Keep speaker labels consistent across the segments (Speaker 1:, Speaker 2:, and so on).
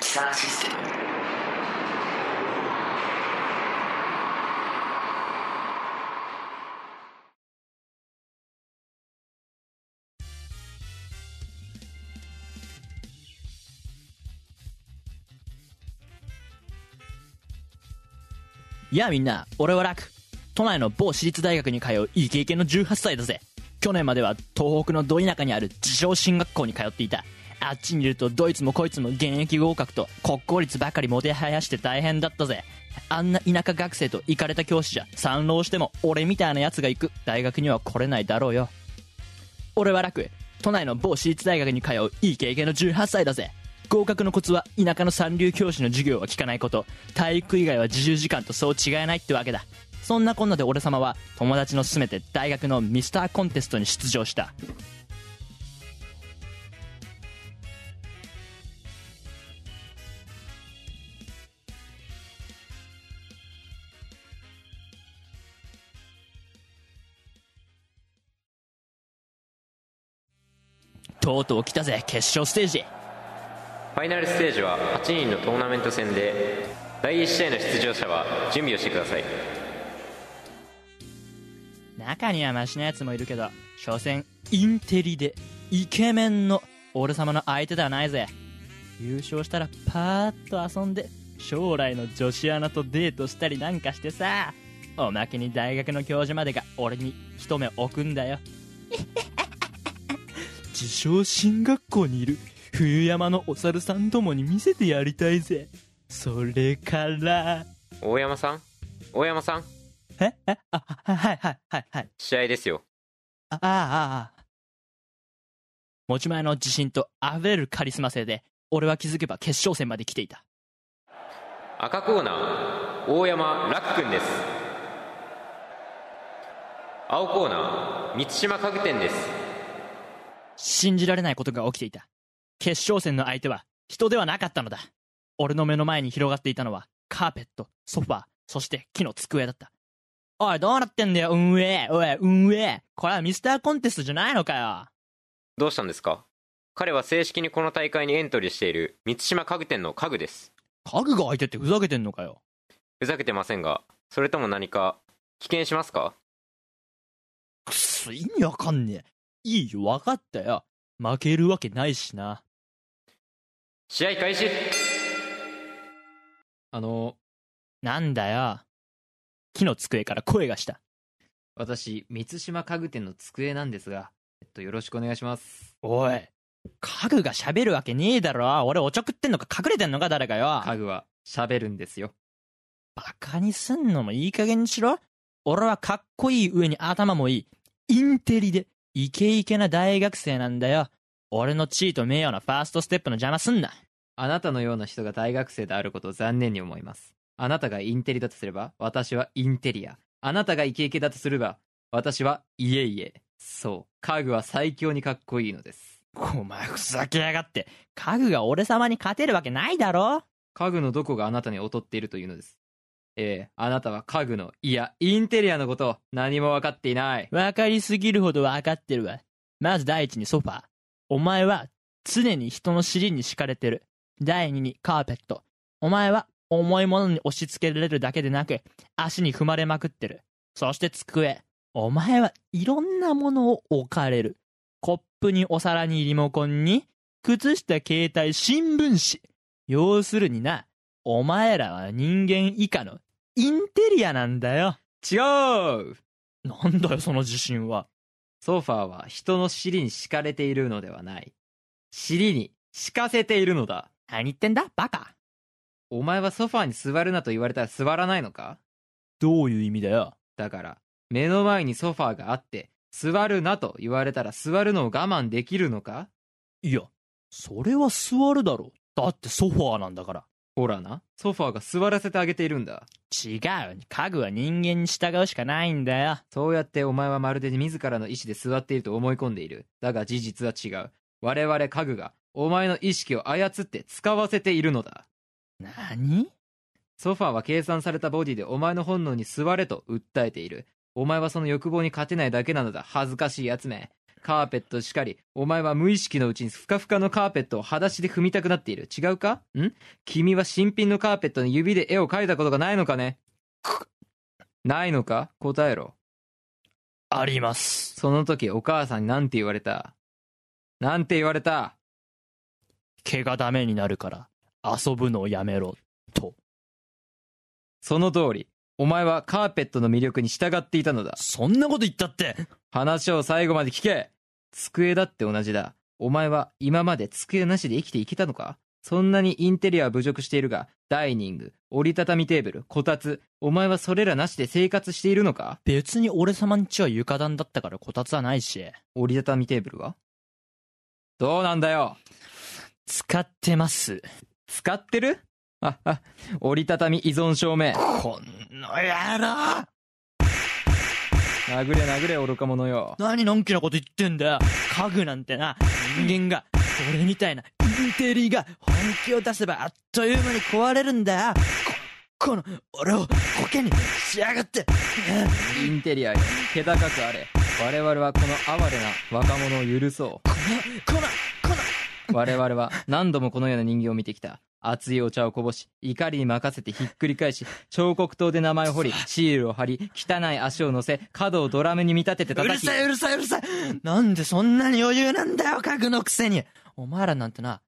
Speaker 1: キサーシステム
Speaker 2: やあみんな、俺は楽。都内の某私立大学に通うイケイケの18歳だぜ。去年までは東北のど田舎にある自称進学校に通っていた。あっちにいるとどいつもこいつも現役合格と国公立ばかりもてはやして大変だったぜ。あんな田舎学生と行かれた教師じゃ参浪しても俺みたいな奴が行く大学には来れないだろうよ。俺は楽都内の某私立大学に通ういい経験の18歳だぜ合格のコツは田舎の三流教師の授業は聞かないこと体育以外は自習時間とそう違えないってわけだそんなこんなで俺様は友達の勧めて大学のミスターコンテストに出場したとうとう来たぜ決勝ステージ
Speaker 3: ファイナルステージは8人のトーナメント戦で第1試合の出場者は準備をしてください
Speaker 2: 中にはマシなやつもいるけど所詮インテリでイケメンの俺様の相手ではないぜ優勝したらパーッと遊んで将来の女子アナとデートしたりなんかしてさおまけに大学の教授までが俺に一目置くんだよ自称進学校にいる冬山のお猿さんどもに見せてやりたいぜそれから
Speaker 3: 大山さん大山さん
Speaker 2: ええあはいはいはいはい
Speaker 3: 試合ですよ
Speaker 2: ああ、ああ。持ち前の自信と溢れるカリスマ性で、俺は気づけば決勝戦まで来ていた。
Speaker 3: 赤コーナー大山楽君です青コーナー満島家具店です
Speaker 2: 信じられないことが起きていた。決勝戦の相手は人ではなかったのだ。俺の目の前に広がっていたのは、カーペット、ソファー、そして木の机だった。おい、どうなってんだよ、運営おい、運営これはミスターコンテストじゃないのかよ
Speaker 3: どうしたんですか彼は正式にこの大会にエントリーしている満島家具店の家具です
Speaker 2: 家具が相手ってふざけてんのかよ
Speaker 3: ふざけてませんがそれとも何か危険しますか
Speaker 2: くっそ、意味わかんねえ。いいよ、わかったよ。負けるわけないしな。
Speaker 3: 試合開始
Speaker 4: あの、
Speaker 2: なんだよ。木の机から声がした。
Speaker 4: 私、三島家具店の机なんですが、えっと、よろしくお願いします。
Speaker 2: おい。家具が喋るわけねえだろ。俺おちょくってんのか隠れてんのか誰かよ。
Speaker 4: 家具は喋るんですよ。
Speaker 2: バカにすんのもいい加減にしろ。俺はかっこいい上に頭もいい。インテリで、イケイケな大学生なんだよ。俺の地位と名誉のファーストステップの邪魔すんな。
Speaker 4: あなたのような人が大学生であることを残念に思います。あなたがインテリだとすれば、私はインテリア。あなたがイケイケだとすれば、私はいえいえ。そう、家具は最強にかっこいいのです。
Speaker 2: お前ふざけやがって。家具が俺様に勝てるわけないだろ。
Speaker 4: 家具のどこがあなたに劣っているというのです。ええ、あなたは家具の、いや、インテリアのことを何も分かっていない。
Speaker 2: わかりすぎるほどわかってるわ。まず第一にソファー。お前は常に人の尻に敷かれてる。第二にカーペット。お前は重いものに押し付けられるだけでなく、足に踏まれまくってる。そして机。お前はいろんなものを置かれる。コップにお皿にリモコンに、靴下携帯新聞紙。要するにな、お前らは人間以下のインテリアなんだよ。
Speaker 4: 違う
Speaker 2: なんだよその自信は。
Speaker 4: ソファーは人の尻に敷かれているのではない。尻に敷かせているのだ。
Speaker 2: 何言ってんだバカ
Speaker 4: お前はソファーに座るなと言われたら座らないのか
Speaker 2: どういう意味だよ
Speaker 4: だから、目の前にソファーがあって、座るなと言われたら座るのを我慢できるのか
Speaker 2: いやそれは座るだろだってソファーなんだから
Speaker 4: ほらな、ソファーが座らせてあげているんだ。
Speaker 2: 違う家具は人間に従うしかないんだよ
Speaker 4: そうやってお前はまるで自らの意志で座っていると思い込んでいる。だが事実は違う。我々家具がお前の意識を操って使わせているのだ。
Speaker 2: 何
Speaker 4: ソファーは計算されたボディでお前の本能に座れと訴えている。お前はその欲望に勝てないだけなのだ。恥ずかしいやつめ。カーペットしかり、お前は無意識のうちにふかふかのカーペットを裸足で踏みたくなっている。違うかん君は新品のカーペットに指で絵を描いたことがないのかねないのか答えろ。
Speaker 2: あります
Speaker 4: その時お母さんに何て言われたなんて言われた
Speaker 2: 毛がダメになるから遊ぶのをやめろと
Speaker 4: その通り。お前はカーペットの魅力に従っていたのだ。
Speaker 2: そんなこと言ったって
Speaker 4: 話を最後まで聞け机だって同じだ。お前は今まで机なしで生きていけたのかそんなにインテリアは侮辱しているが、ダイニング、折りたたみテーブル、こたつ、お前はそれらなしで生活しているのか
Speaker 2: 別に俺様ん家は床暖だったからこたつはないし
Speaker 4: 折りたたみテーブルはどうなんだよ
Speaker 2: 使ってます
Speaker 4: 使ってるあ、あ、折りたたみ依存症め。
Speaker 2: この野郎
Speaker 4: 殴れ殴れ愚か者よ。
Speaker 2: 何のんきなこと言ってんだよ家具なんてな人間が俺みたいなインテリが本気を出せばあっという間に壊れるんだよここの俺を苔にしやがって
Speaker 4: インテリアよ。気高くあれ。我々はこの哀れな若者を許そう。
Speaker 2: このこのこの
Speaker 4: 我々は何度もこのような人形を見てきた熱いお茶をこぼし怒りに任せてひっくり返し彫刻刀で名前 を彫りシールを貼り汚い足を乗せ角をドラムに見立てて
Speaker 2: うる
Speaker 4: 叩き
Speaker 2: さいうるさいうるさいなんでそんなに余裕なんだよ家具のくせにお前らなんてな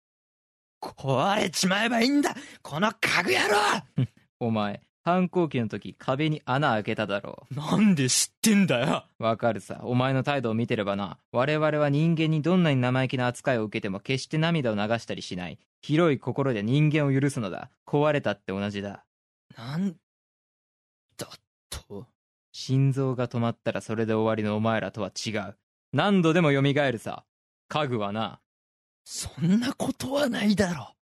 Speaker 2: 壊れちまえばいいんだこの家具野
Speaker 4: お前反抗期の時壁に穴開けただろ
Speaker 2: 郎なんで知ってんだよ
Speaker 4: うわかるさお前の態度を見てればな我々は人間にどんなに生意気な扱いを受けても決して涙を流したりしない広い心で人間を許すのだ壊れたって同じだ
Speaker 2: なんだと
Speaker 4: 心臓が止まったらそれで終わりのお前らとは違う何度でも蘇るさ家具はな
Speaker 2: そんなことはないだろ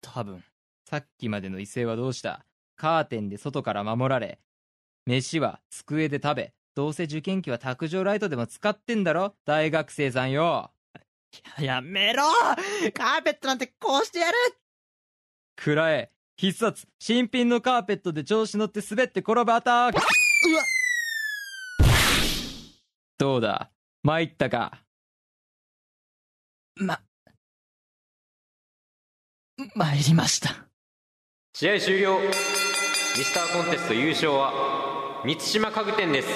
Speaker 2: 多分
Speaker 4: さっきまでの異性はどうしたカーテンで外から守られ飯は机で食べどうせ受験期は卓上ライトでも使ってんだろ大学生さんよ
Speaker 2: やめろカーペットなんてこうしてやる
Speaker 4: くらえ必殺新品のカーペットで調子乗って滑って転ばたうわどうだ参ったか
Speaker 2: ま参りました
Speaker 3: 試合終了ミスターコンテスト優勝は満島家具店です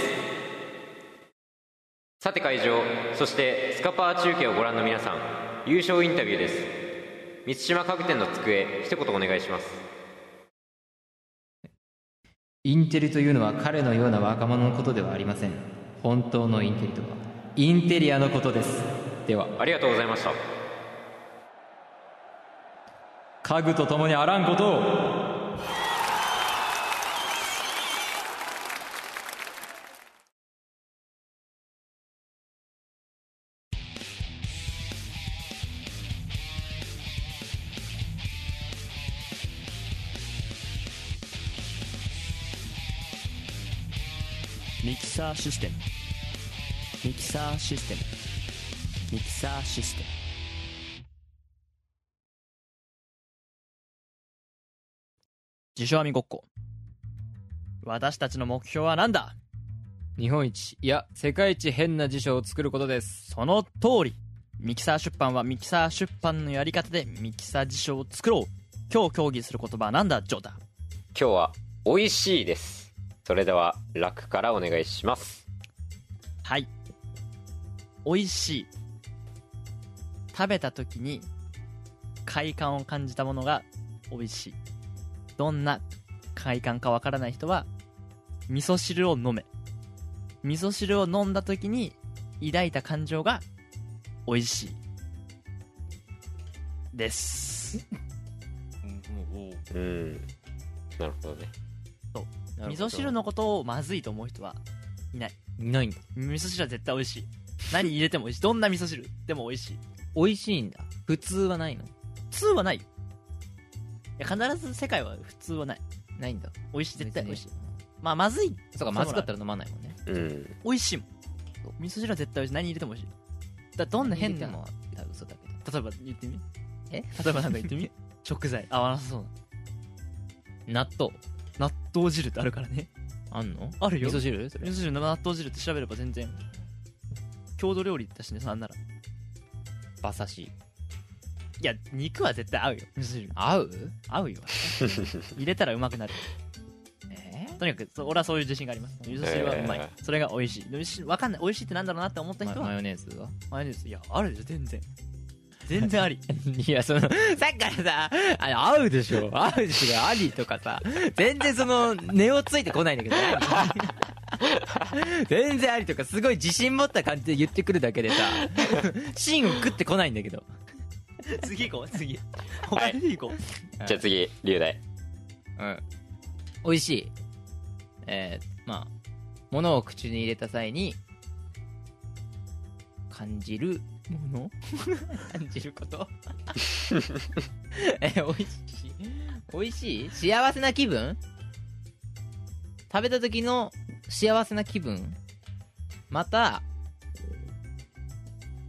Speaker 3: さて会場そしてスカパー中継をご覧の皆さん優勝インタビューです満島家具店の机一言お願いします
Speaker 4: インテリというのは彼のような若者のことではありません本当のインテリとはインテリアのことですでは
Speaker 3: ありがとうございました
Speaker 4: 家具と共にあらんことを
Speaker 5: ミキサーシステムミキサーシステムミキサーシステム
Speaker 2: 自称網ごっこ私たちの目標は何だ
Speaker 4: 日本一いや世界一変な辞書を作ることです
Speaker 2: その通りミキサー出版はミキサー出版のやり方でミキサー辞書を作ろう今日協議する言葉は何だジョータ
Speaker 3: 今日は美味しいですそれでは楽からお願いします
Speaker 2: はい美味しい食べた時に快感を感じたものが美味しいどんな快感かわからない人は味噌汁を飲め味噌汁を飲んだ時に抱いた感情が美味しいです
Speaker 3: うんなるほどね
Speaker 2: 味噌汁のことをまずいと思う人はい
Speaker 4: ないんだ
Speaker 2: 味噌汁は絶対美味しい何入れても美味しいどんな味噌汁でも美味しい
Speaker 4: 美味しいんだ普通はないの
Speaker 2: 普通はないよいや必ず世界は普通はない
Speaker 4: ないんだ
Speaker 2: 美味しい絶対美味しい
Speaker 4: い
Speaker 2: まあまずい
Speaker 4: そうかまずかったら飲まないもんね
Speaker 3: うん
Speaker 2: 美味しいもん味噌汁は絶対美味しい何入れても美味しいだからどんな変な
Speaker 4: も多分嘘だけど
Speaker 2: 例えば言ってみ
Speaker 4: え
Speaker 2: 例えばなんか言ってみ 食材合わなさそう
Speaker 4: 納豆
Speaker 2: な納豆汁ってあるからね
Speaker 4: あんの
Speaker 2: あるよ
Speaker 4: 味噌汁そ
Speaker 2: 味
Speaker 4: れ
Speaker 2: 噌汁の納豆汁って調べれば全然郷土料理だしねさんならい
Speaker 4: 馬刺し
Speaker 2: や肉は絶対合うよ味噌汁
Speaker 4: 合う
Speaker 2: 合うよ 入れたらうまくなる
Speaker 4: え
Speaker 2: とにかくそう俺はそういう自信があります味噌汁はうまい、
Speaker 3: え
Speaker 2: それが美味しいで美味しいわかんない美味しいってなんだろうなって思った
Speaker 4: ま
Speaker 2: 人
Speaker 4: マ
Speaker 2: は
Speaker 4: ヨネーズは
Speaker 2: マヨネーズいやあるでしょ全 然全然あり
Speaker 4: いやそのさっきからさあれ合うでしょ合うでしょありとかさ全然その根をついてこないんだけど全然ありとかすごい自信持った感じで言ってくるだけでさ芯を食ってこないんだけど
Speaker 2: 次行こう 次他に行こう、
Speaker 3: じゃあ次龍大
Speaker 4: うん美味しいえー、まあ物を口に入れた際に感じるも の感じること え美味しい美味しい幸せな気分食べた時の幸せな気分また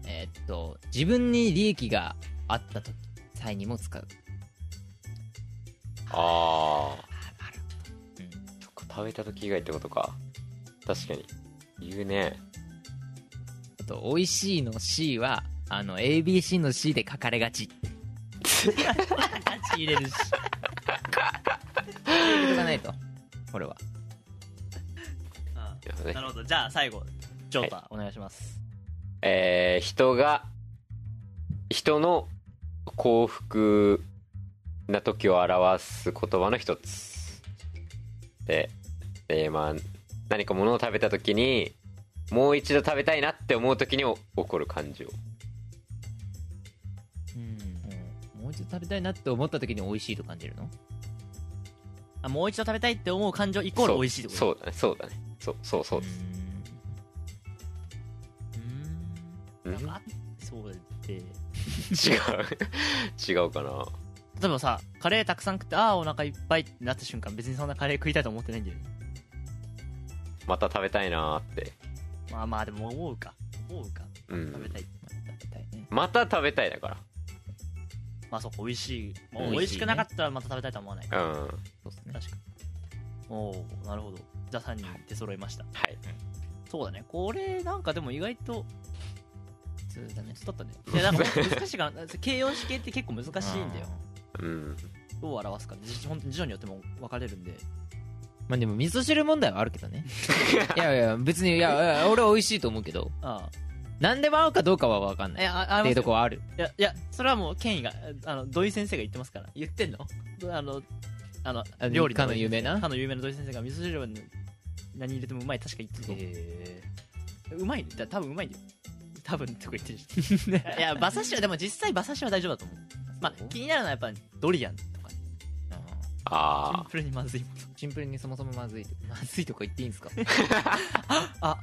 Speaker 4: えーっと自分に利益があった時際にも使う
Speaker 3: ああ
Speaker 4: ある
Speaker 3: そっか食べた時以外ってことか確かに言うね
Speaker 4: あと、美味しいの C は、あの、ABC の C で書かれがち。
Speaker 2: 入れるし
Speaker 4: 入れとかないと。これは。
Speaker 3: なるほど ね
Speaker 2: なるほどじゃあ最後ジョータ、お願いします
Speaker 3: えー人が人の幸福な時を表す言葉の一つで、えーまあ、何か物を食べた時にもう一度食べたいなって思う時にお起こる感情
Speaker 4: うん。もう一度食べたいなって思った時に美味しいと感じるの
Speaker 2: あもう一度食べたいって思う感情イコール美味しいってこと
Speaker 3: そうそうだねそうだねそうそうそう
Speaker 4: う
Speaker 3: です、
Speaker 4: ん。
Speaker 2: うーんなん
Speaker 3: ん
Speaker 2: かあそうで例
Speaker 3: 違う 違うかな
Speaker 2: えばさカレーたくさん食ってああお腹いっぱいってなった瞬間別にそんなカレー食いたいと思ってないんだよね
Speaker 3: また食べたいなーって
Speaker 2: まあまあでも思うか思うか
Speaker 3: うん
Speaker 2: 食べたい、
Speaker 4: 食べたいね。
Speaker 3: また食べたいだか
Speaker 2: まあそうか美味しい、まあ
Speaker 4: うん
Speaker 2: 美味しくなかったらまた食べたいとは思わない、
Speaker 3: らうんは
Speaker 4: そうですね。
Speaker 2: 確かにおおなるほどじゃあ3人出揃いました、
Speaker 3: い
Speaker 2: そうだねこれなんかでも意外と
Speaker 4: 普通だね。
Speaker 2: 伝った ねいやなんか難しいから形容詞系って結構難しいんだよ
Speaker 3: うん
Speaker 2: どう表すかねじ本当に辞書によっても分かれるんで
Speaker 4: まあでも、味噌汁問題はあるけどね。 いやいや、別に、いや、いや俺は美味しいと思うけど、
Speaker 2: ああ
Speaker 4: 何でも合うかどうかは分かんない。
Speaker 2: え
Speaker 4: っ
Speaker 2: あああ
Speaker 4: て
Speaker 2: ります
Speaker 4: いうと
Speaker 2: よ
Speaker 4: こはある。
Speaker 2: いやいやそれはもう権威があの土井先生が言ってますから
Speaker 4: 言ってんの
Speaker 2: あの、あの
Speaker 4: あ、の
Speaker 2: 料理
Speaker 4: かの有名な
Speaker 2: かの有名な土井先生が味噌汁は何入れてもうまい、確か言ってると思う
Speaker 4: え
Speaker 2: うまいね、だ多分うまいよ。多分とか言ってるし。ねいや、馬刺しは、でも実際馬刺しは大丈夫だと思う。まあ、気になるのはやっぱドリアンとかね、シ
Speaker 3: あ
Speaker 2: ンプルにまずいもの。
Speaker 4: シンプルにそもそもまずいと。 まずいとか言っていいんですか
Speaker 2: あ、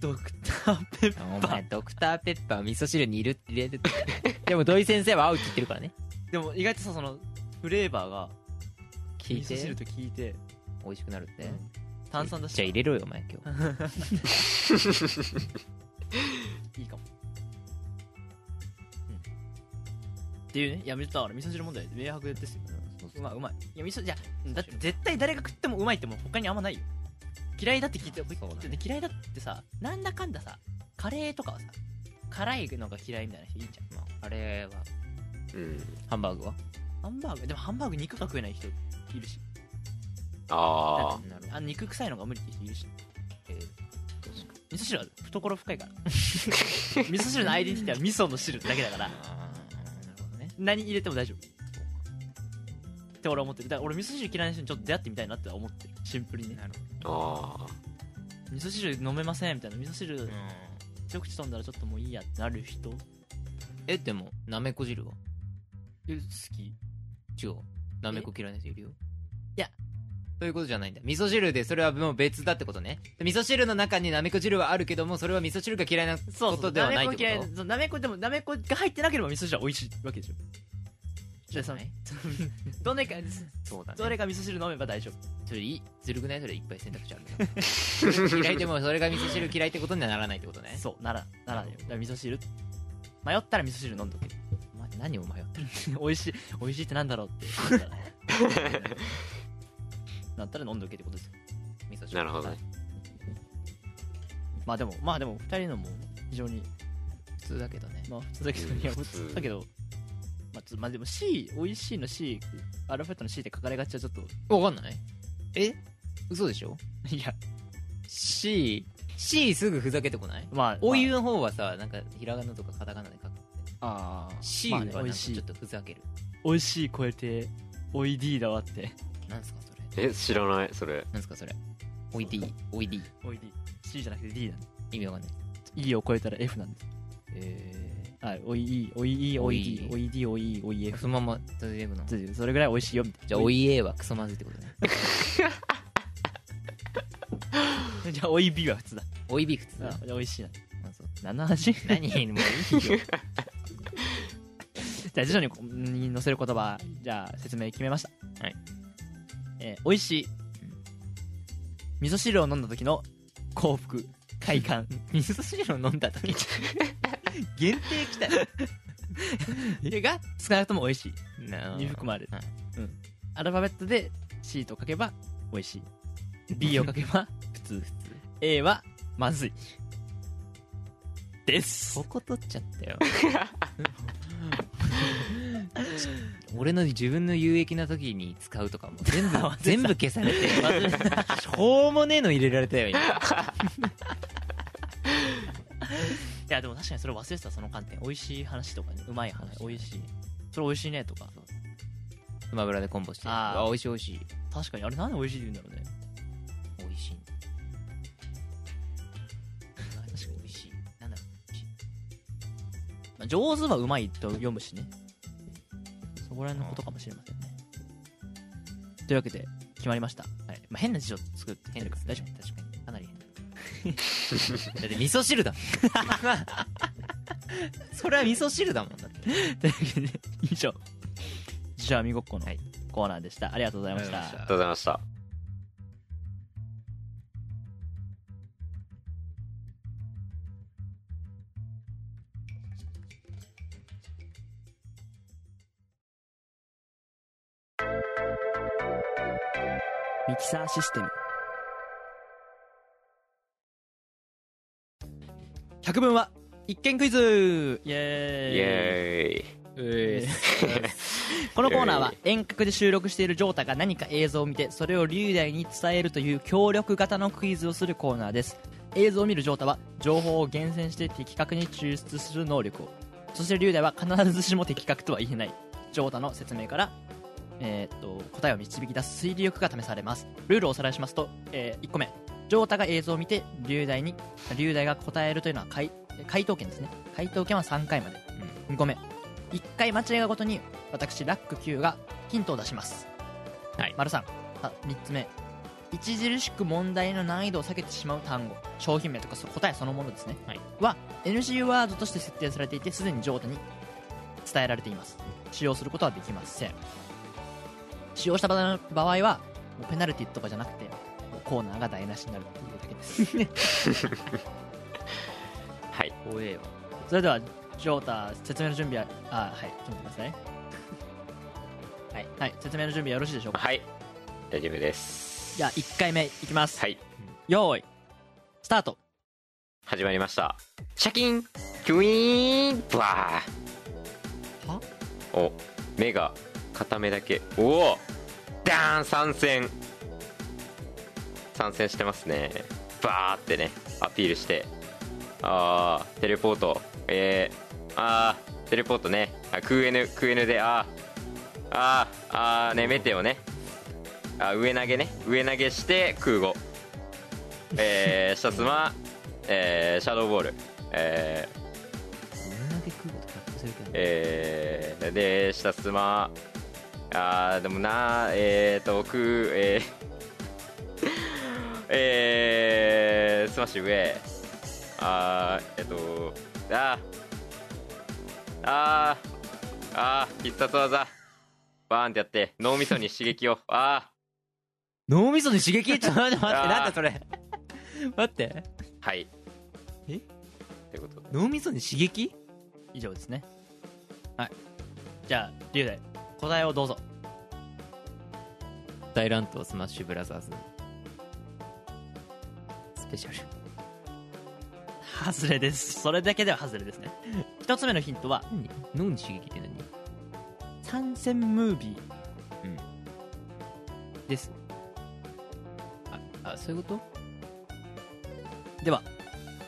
Speaker 2: ドクターペッパ
Speaker 4: お
Speaker 2: ー
Speaker 4: 前。ドクターペッパー味噌汁にいるって入れてた でも土井先生は合うって言ってるからね
Speaker 2: でも意外とさ、その、フレーバーが
Speaker 4: 聞
Speaker 2: 味
Speaker 4: いて
Speaker 2: 噌汁と効いて、
Speaker 4: 美味しくなるって、
Speaker 2: うん炭酸だし、
Speaker 4: じゃあ入れろよお前今日
Speaker 2: いいかも。うんっていうね、いや、だから味噌汁問題、明白ですよ。うまいうまいいや味噌じゃだって絶対誰が食ってもうまいってもう他にあんまないよ嫌いだって聞いて
Speaker 4: そうだね
Speaker 2: 聞いて嫌いだってさなんだかんださカレーとかはさ辛いのが嫌いみたいな人いいじゃん、ま
Speaker 4: あれ
Speaker 3: あ
Speaker 4: は
Speaker 3: うん
Speaker 4: ハンバーグは
Speaker 2: あ、ハンバーグでもハンバーグ肉が食えない人いるし
Speaker 3: ああ
Speaker 4: なる
Speaker 2: あ肉臭いのが無理って人いるし
Speaker 4: え
Speaker 2: 味噌汁は懐深いから 味噌汁のアイデンティティは味噌の汁だけだから
Speaker 4: あーなるほどね
Speaker 2: 何入れても大丈夫って俺は思ってるだから俺味噌汁嫌いな人にちょっと出会ってみたいなっては思ってるシンプルにね
Speaker 3: ああ
Speaker 2: 味噌汁飲めませんみたいな味噌汁
Speaker 4: うん
Speaker 2: 一口飲んだらちょっともういいやってなる人
Speaker 4: えでもなめこ汁は
Speaker 2: え好き
Speaker 4: 違うなめこ嫌いな人いるよいやそういうことじゃないんだ味噌汁でそれはもう別だってことねで味噌汁の中になめこ汁はあるけどもそれは味噌汁が嫌いな
Speaker 2: そ
Speaker 4: こ
Speaker 2: うそ
Speaker 4: と
Speaker 2: う
Speaker 4: ではないっ
Speaker 2: なめこ
Speaker 4: て
Speaker 2: 嫌
Speaker 4: こ
Speaker 2: いそうなめこでもなめこが入ってなければ味噌汁は美味しいわけでしょじゃあその
Speaker 4: はい
Speaker 2: どれか
Speaker 4: とそうだね
Speaker 2: どれか味噌汁飲めば大丈夫
Speaker 4: それいいずるくないそれいっぱい選択肢あるから 嫌いでもそれが味噌汁嫌いってことにはならないってことね
Speaker 2: そうならならだよだから味噌汁迷ったら味噌汁飲んどけ
Speaker 4: お前何を迷って る
Speaker 2: 美味しい美味しいってなんだろう ってなったら飲んどけってことですよ
Speaker 4: 味噌汁
Speaker 3: なるほどね
Speaker 2: まあでもまあでも2人のも非常に
Speaker 4: 普通だけどね
Speaker 2: まあ普通だけど、いや普通だけど、まあ、つまあでも C、美味しいの C、アルファベットの C って書かれがちはちょっと、
Speaker 4: わかんないえ嘘でしょ
Speaker 2: いや、
Speaker 4: C C すぐふざけてこない
Speaker 2: まあ、
Speaker 4: お湯の方はさなんかひらがなとかカタカナで書く
Speaker 2: ああ、
Speaker 4: C
Speaker 2: ま
Speaker 4: は
Speaker 2: あ
Speaker 4: なん
Speaker 2: ね
Speaker 4: か
Speaker 2: 美
Speaker 4: ち
Speaker 2: 味し
Speaker 4: ょ
Speaker 2: い
Speaker 4: っ。とふざける、
Speaker 2: 美味しい超えて、おい D だわって。
Speaker 4: なんすかそれ
Speaker 3: え知らないそれ
Speaker 4: なんすかそれおいでいいおいでいい
Speaker 2: おい D。C じゃなくて D なんで
Speaker 4: 意味わかんない
Speaker 2: す。E を超えたら F なんです。
Speaker 4: え
Speaker 2: はい、おい E、おい E、おい D、おい D、おい E、おい
Speaker 4: ー、
Speaker 2: F。
Speaker 4: そのまま続けるの
Speaker 2: それぐらい美味しいよみたいな。
Speaker 4: じゃあおいえはクソまずいってことね
Speaker 2: じゃあおい B は普通だ。
Speaker 4: おいび普通
Speaker 2: あ
Speaker 4: だ
Speaker 2: じゃあおいしいな。
Speaker 4: あそう
Speaker 2: 何の話 じ
Speaker 4: 何もういいよ
Speaker 2: ゃあ辞書にこに載せる言葉、じゃあ説明決めました。
Speaker 4: はい。
Speaker 2: えー、美味しい。味噌汁を飲んだ時の幸福、快 感。
Speaker 4: 味噌汁を飲んだ 時に限定きたよ
Speaker 2: が少なくとも美味しい
Speaker 4: な
Speaker 2: に含まれる、
Speaker 4: はい
Speaker 2: うん、アルファベットで C と書けば美味し い B を書けば普通普通 A はまずいです
Speaker 4: ここ取っちゃった よ俺の自分の有益な時に使うとか も全部全部消されて しょうもねえの入れられたよ今
Speaker 2: いやでも確かにそれ忘れてたその観点美味しい話とかねうまい話美味しいそれ美味しいねとか
Speaker 4: スマブラでコンボして
Speaker 2: あー
Speaker 4: あ美味しい美味しい
Speaker 2: 確かにあれなんで美味しいって言うんだろうね
Speaker 4: 美味しい確かに美味しいなんだろ
Speaker 2: まあ上手はうまいと読むしねそこら辺のことかもしれませんねというわけで決まりました、はいまあ、変な辞書作って
Speaker 4: う
Speaker 2: きて
Speaker 4: 変
Speaker 2: るか
Speaker 4: です
Speaker 2: ら
Speaker 4: ね
Speaker 2: 大丈夫
Speaker 4: 確かにかなり変だ だって味噌汁だもんそれは味噌汁だもんだって
Speaker 2: というわけで以上自社みごっこのコーナーでした、ありがとうございました
Speaker 3: ありがとうございました
Speaker 2: ミキサーシステム
Speaker 4: 百聞は一見クイズ
Speaker 2: イエーイ
Speaker 3: イエ
Speaker 2: えーこのコーナーは遠隔で収録しているジョータが何か映像を見てそれを流大に伝えるという協力型のクイズをするコーナーです映像を見るジョータは情報を厳選して的確に抽出する能力をそして流大は必ずしも的確とは言えないジョータの説明からえーっと答えを導き出す推理力が試されますルールをおさらいしますと、え1個目ジョータが映像を見て流大に流大が答えるというのは回回答権ですね回答権は3回まで、2個目1回間違いがごとに私ラック Q がヒントを出します
Speaker 4: はい
Speaker 2: 丸3さ3つ目著しく問題の難易度を下げてしまう単語商品名とかそう答えそのものですね
Speaker 4: はい
Speaker 2: NG ワードとして設定されていてすでに上手に伝えられています使用することはできません使用した場合場合はもうペナルティとかじゃなくてもうコーナーが台無しになるっていうだけです
Speaker 3: ーイはい
Speaker 4: おえわ
Speaker 2: それではジョータ説明の準備はあはいちょっと待ってくださいはい、はい、説明の準備よろしいでしょうか
Speaker 3: はい大丈夫です
Speaker 2: じゃあ1回目いきます、
Speaker 3: はい
Speaker 2: よーいスタート
Speaker 3: 始まりましたシャキンキュイーンブワー
Speaker 2: は
Speaker 3: お目が片目だけおおダーン参戦参戦してますねバーってねアピールしてあーテレポートえー、あーテレポートねあクーエヌクーエヌであーあーあーねメテオねあ上投げね上投げして空語えー、シャスマ、えー、シャドーボール、えー
Speaker 4: 胸だけ食うことカットするけど
Speaker 3: えー、で、下すま、あー、でもな、えーと、く、えー えー、スマッシュ上、あー、えっ、と、あー、あー、あー、必殺技、バーンってやって、脳みそに刺激を、あ
Speaker 4: 脳みそに 刺激ちょっと待って待っ
Speaker 3: あ
Speaker 4: て
Speaker 3: ー
Speaker 4: なんだそれ待って
Speaker 3: ー、はい。
Speaker 4: え
Speaker 3: ってことで
Speaker 4: 脳みそに刺激
Speaker 2: 以上ですねはいじゃあ龍大答えをどうぞ
Speaker 4: 大乱闘スマッシュブラザーズスペシャル
Speaker 2: 外れですそれだけでは外れですね一つ目のヒントは
Speaker 4: 何脳に刺激って何
Speaker 2: 参戦ムービー
Speaker 4: ですああそういうこと
Speaker 2: では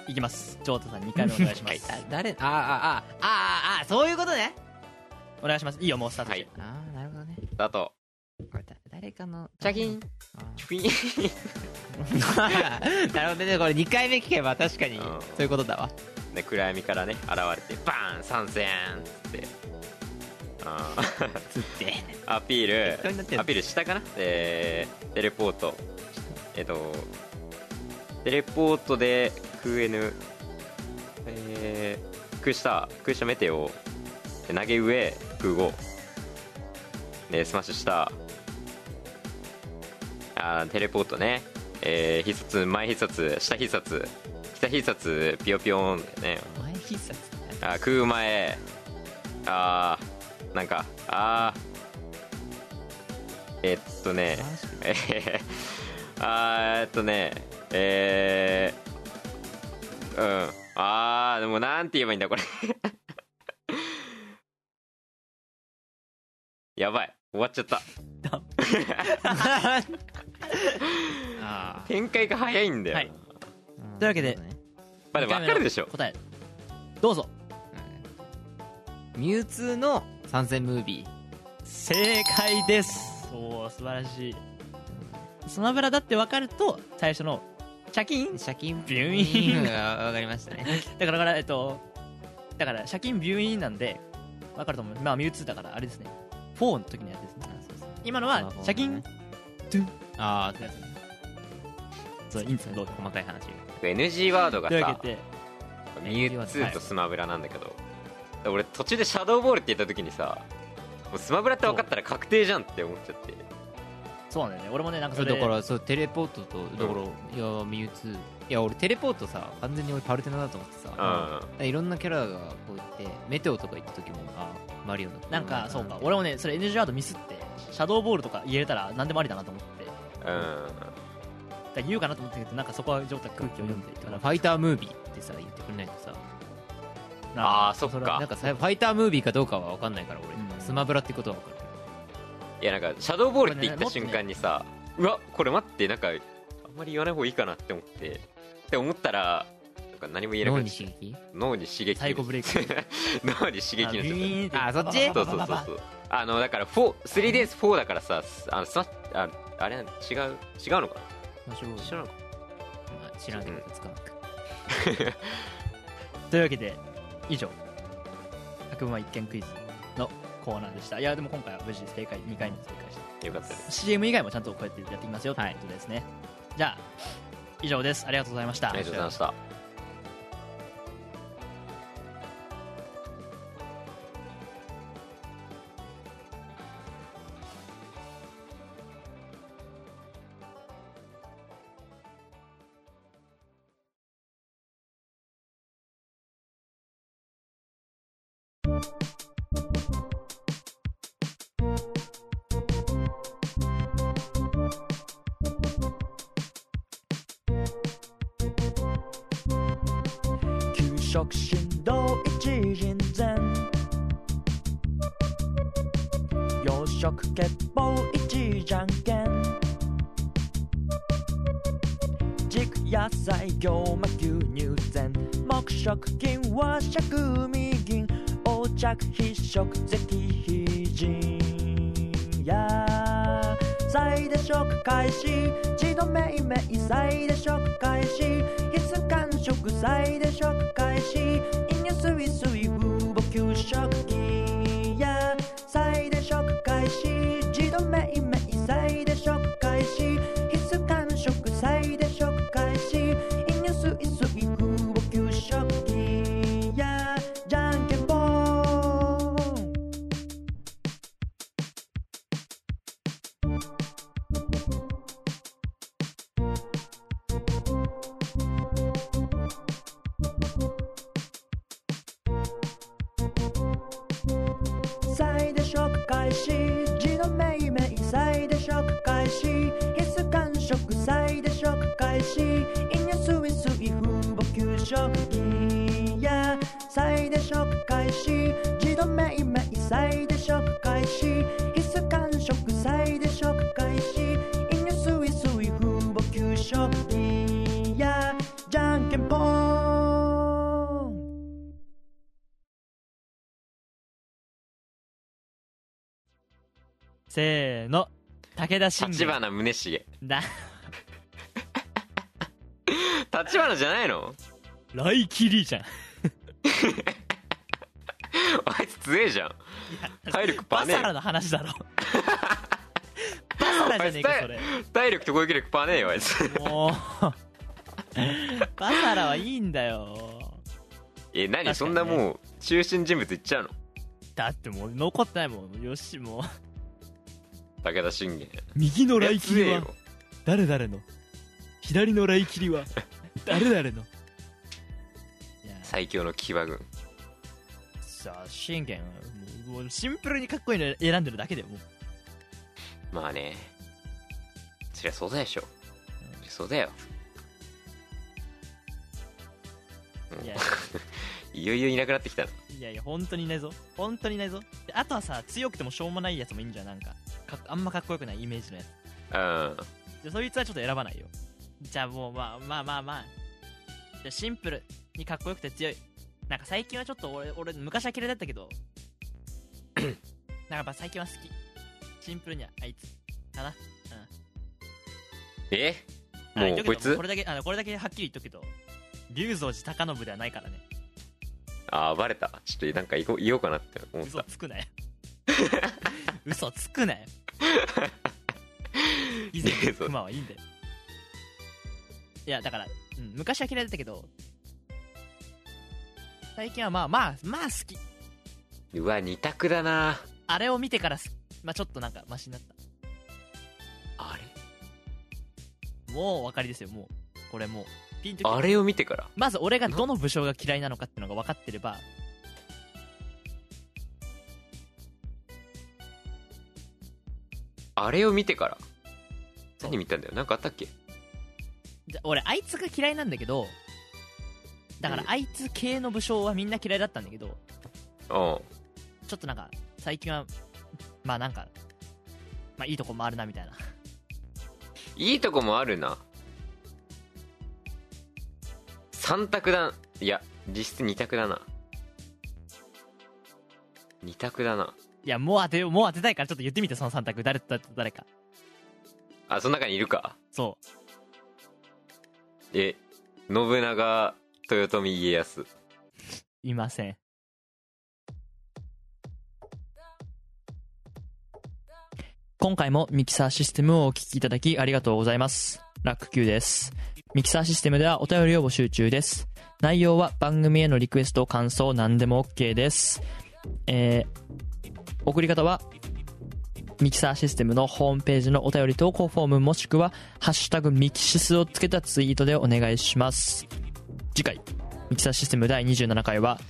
Speaker 2: いきます城太さん2回目お願いしま す
Speaker 4: あ誰あああああああそういうことね
Speaker 2: お願いしますいいよもうスタートして、
Speaker 3: は
Speaker 4: ああなるほどね
Speaker 3: あと、
Speaker 4: これだ誰かの
Speaker 3: チャキン、
Speaker 4: あ
Speaker 3: チュピン。
Speaker 4: ー なるほどねこれ2回目聞けば確かに
Speaker 3: うん
Speaker 4: そういうことだわ
Speaker 3: ね、暗闇からね現れてバーン参戦っつってあー
Speaker 4: つって
Speaker 3: アピー
Speaker 4: 当になって
Speaker 3: ル
Speaker 4: んの
Speaker 3: アピールしたかなえー、テレポートえっとテレポートでクエヌえー、クーしたクーしたメテオで投げ上クーゴでスマッシュしたあーテレポートねえー、必殺前必殺下必殺下必殺ピヨピヨンだよね
Speaker 4: 前必殺
Speaker 3: あー食う前あーなんかあーえっとねえへへあーえっとねえー、うんあーでもなんて言えばいいんだこれ やばい終わっちゃった
Speaker 4: あ
Speaker 3: 展開が早いんだよ、
Speaker 2: はい
Speaker 4: あ
Speaker 2: というわけで
Speaker 3: まあでも分かるでしょ
Speaker 2: 答えどうぞ
Speaker 4: ミュウツーの参戦ムービー
Speaker 2: 正解ですおお素晴らしいスマブラだって分かると最初のシャキン
Speaker 4: シャキン
Speaker 2: ビューイン
Speaker 4: わかりました ね
Speaker 2: だからだからえっとだからシャキンビューインなんで分かると思うまあミュウツーだからあれですね4の時のやつですね今のはシャキンドゥン
Speaker 4: ああそうですね
Speaker 2: そういいんですよどうぞ
Speaker 4: 細かい話
Speaker 3: NG ワードが
Speaker 2: というわ
Speaker 3: さ
Speaker 2: けで
Speaker 3: ミュウツーとスマブラなんだけど、俺途中でシャドーボールって言った時にさもうスマブラって分かったら確定じゃんって思っちゃって
Speaker 2: そうなんだよね俺もねなんかそれ
Speaker 4: だからそうテレポートとだから、いやミュウツーいや俺テレポートさ完全に俺パルテナだと思ってさ、
Speaker 3: う
Speaker 4: いろんなキャラがこう言ってメテオとか行った時もあマリオの
Speaker 2: なんかそうか俺もねそれ NG ワードミスってシャドーボールとか入れたら何でもありだなと思ってだか
Speaker 3: ん
Speaker 2: ら言うかなと思ったけどなんかそこは状態空気を読んでい
Speaker 4: フ
Speaker 2: たら
Speaker 4: ァイタームービーってさ言ってくれないとさ
Speaker 3: あーそっか
Speaker 4: なんかさファイタームービーかどうかは分かんないから俺、
Speaker 2: うん
Speaker 4: スマブラってことは分かる
Speaker 3: いやなんかシャドーボールって言った瞬間にさ、うわこれ待ってなんかあんまり言わない方がいいかなって思ってって思ったらなんか何も言えなく
Speaker 4: 脳
Speaker 3: な
Speaker 4: に
Speaker 3: っち
Speaker 4: 刺
Speaker 3: ゃう
Speaker 4: 激
Speaker 3: 脳に刺激
Speaker 2: 太鼓ブレイク
Speaker 3: 脳に刺激になっちゃった
Speaker 4: あそっち
Speaker 3: そうそうそうそうあのだから 3days4 だからさあのスマああれなん違う違うのかな
Speaker 4: 面白い
Speaker 3: 一緒なのか
Speaker 4: まあ知らんけど使う
Speaker 2: というわけで以上「百万一見クイズ」のコーナーでしたいやでも今回は無事正解2回目正解し
Speaker 3: よかったです
Speaker 2: た CM 以外もちゃんとこうやってやっていきますよということですね、じゃあ以上ですありがとうございました
Speaker 3: ありがとうございました
Speaker 2: 給食振動一人前洋食欠乏一じゃんけん軸野菜行馬牛乳膳黙食金和食未銀横着必食赤非人野菜
Speaker 6: 祭で食開始地の命名祭で食開始必須間食祭で食開始飲料水水風母給食器や祭で食開始地の命名祭で食開始必須間食祭で食開始飲料水水風母給食器やじゃんけんぽん再で食開始字の命名再で食開始必須完食再で食開始飲料水水風母給食器や再で食開始字の命名再で食開始必須完食再で食開始飲料水水風母給食器やじゃんけんぽん
Speaker 2: せーの武田信
Speaker 3: 立
Speaker 2: 玄
Speaker 3: 花宗茂
Speaker 2: だ
Speaker 3: 立花じゃないの
Speaker 2: 来キリじゃん
Speaker 3: あいつ強えじゃん体力パ
Speaker 2: バ
Speaker 3: ーね
Speaker 2: サラ
Speaker 3: え
Speaker 2: の話 だろバサラじゃねえかそれ
Speaker 3: 体力と攻撃力パーねえよあいつ
Speaker 2: もうバサラはいいんだよ
Speaker 3: え何、
Speaker 2: かにね
Speaker 3: そんなもう中心人物いっちゃうの
Speaker 2: だってもう残ってないもんよしもう
Speaker 3: 武田信玄
Speaker 2: 右の
Speaker 3: いや
Speaker 2: 雷
Speaker 3: 強
Speaker 2: 切
Speaker 3: え
Speaker 2: り
Speaker 3: よ
Speaker 2: は誰々の左の雷切りは誰 々のいや
Speaker 3: 最強の騎馬軍
Speaker 2: さあ信玄もうもうシンプルにかっこいいの選んでるだけでもう
Speaker 3: まあねそりゃそうだでしょそりゃそうだよ
Speaker 2: いや
Speaker 3: いよいよいなくなってきたない
Speaker 2: やいや本当にいないぞ本当にいないぞであとはさ強くてもしょうもないやつもいいんじゃんなんかかっあんまかっこよくないイメージのやつ
Speaker 3: うん
Speaker 2: でそいつはちょっと選ばないよじゃあもうまあまあまあまあじゃあシンプルにかっこよくて強いなんか最近はちょっと俺俺昔は嫌いだったけ どなんかやっぱ最近は好きシンプルにはあいつかな
Speaker 3: え
Speaker 2: あ
Speaker 3: も
Speaker 2: 言っとく
Speaker 3: う
Speaker 2: け
Speaker 3: こい
Speaker 2: ど
Speaker 3: つ
Speaker 2: これだけあのこれだけはっきり言っとくけど龍造寺高信ではないからね
Speaker 3: ああバレたちょっとなんか言おう言おうかなって思っ
Speaker 2: 嘘
Speaker 3: た
Speaker 2: つくなよ嘘つくなよ以前
Speaker 3: 龍
Speaker 2: の
Speaker 3: 造
Speaker 2: 熊はいいんだよいやだから、うん、昔は嫌いだったけど最近はまあまあまあ好き
Speaker 3: うわ二択だな
Speaker 2: あれを見てから好きまあちょっとなんかマシになっ
Speaker 3: あ
Speaker 2: たもうお分かりですよもうこれもうピンとき
Speaker 3: れあれを見てから
Speaker 2: まず俺がどの武将が嫌いなのかっていうのが分かってれば
Speaker 3: あれを見てから何見たんだよなんかあったっけ
Speaker 2: じゃ俺あいつが嫌いなんだけどだから
Speaker 3: うん
Speaker 2: あいつ系の武将はみんな嫌いだったんだけど、
Speaker 3: うん
Speaker 2: ちょっとなんか最近はまあなんかまあいいとこもあるなみたいない
Speaker 3: いとこもあるな3択だいや実質2択だな2択だない
Speaker 2: やもう当てようもう当てたいからちょっと言ってみてその3択誰と誰か
Speaker 3: あその中にいるか
Speaker 2: そ
Speaker 3: え信長豊臣家康
Speaker 2: ういません今回もミキサーシステムをお聞きいただきありがとうございますラック Q ですミキサーシステムではお便りを募集中です内容は番組へのリクエスト感想何でも OK ですえー送り方はミキサーシステムのホームページのお便り投稿フォームもしくは「ハッシュタグミキシス」をつけたツイートでお願いします次回ミキサーシステム第27回は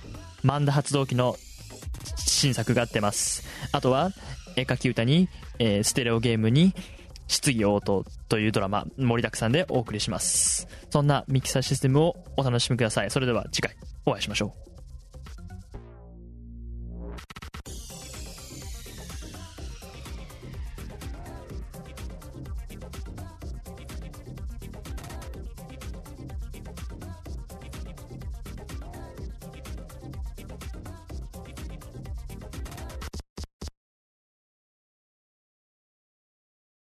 Speaker 2: マンダ発動機の新作が出ますあとは絵描き歌に、えーステレオゲームに質疑応答というドラマ盛りだくさんでお送りしますそんなミキサーシステムをお楽しみくださいそれでは次回お会いしましょう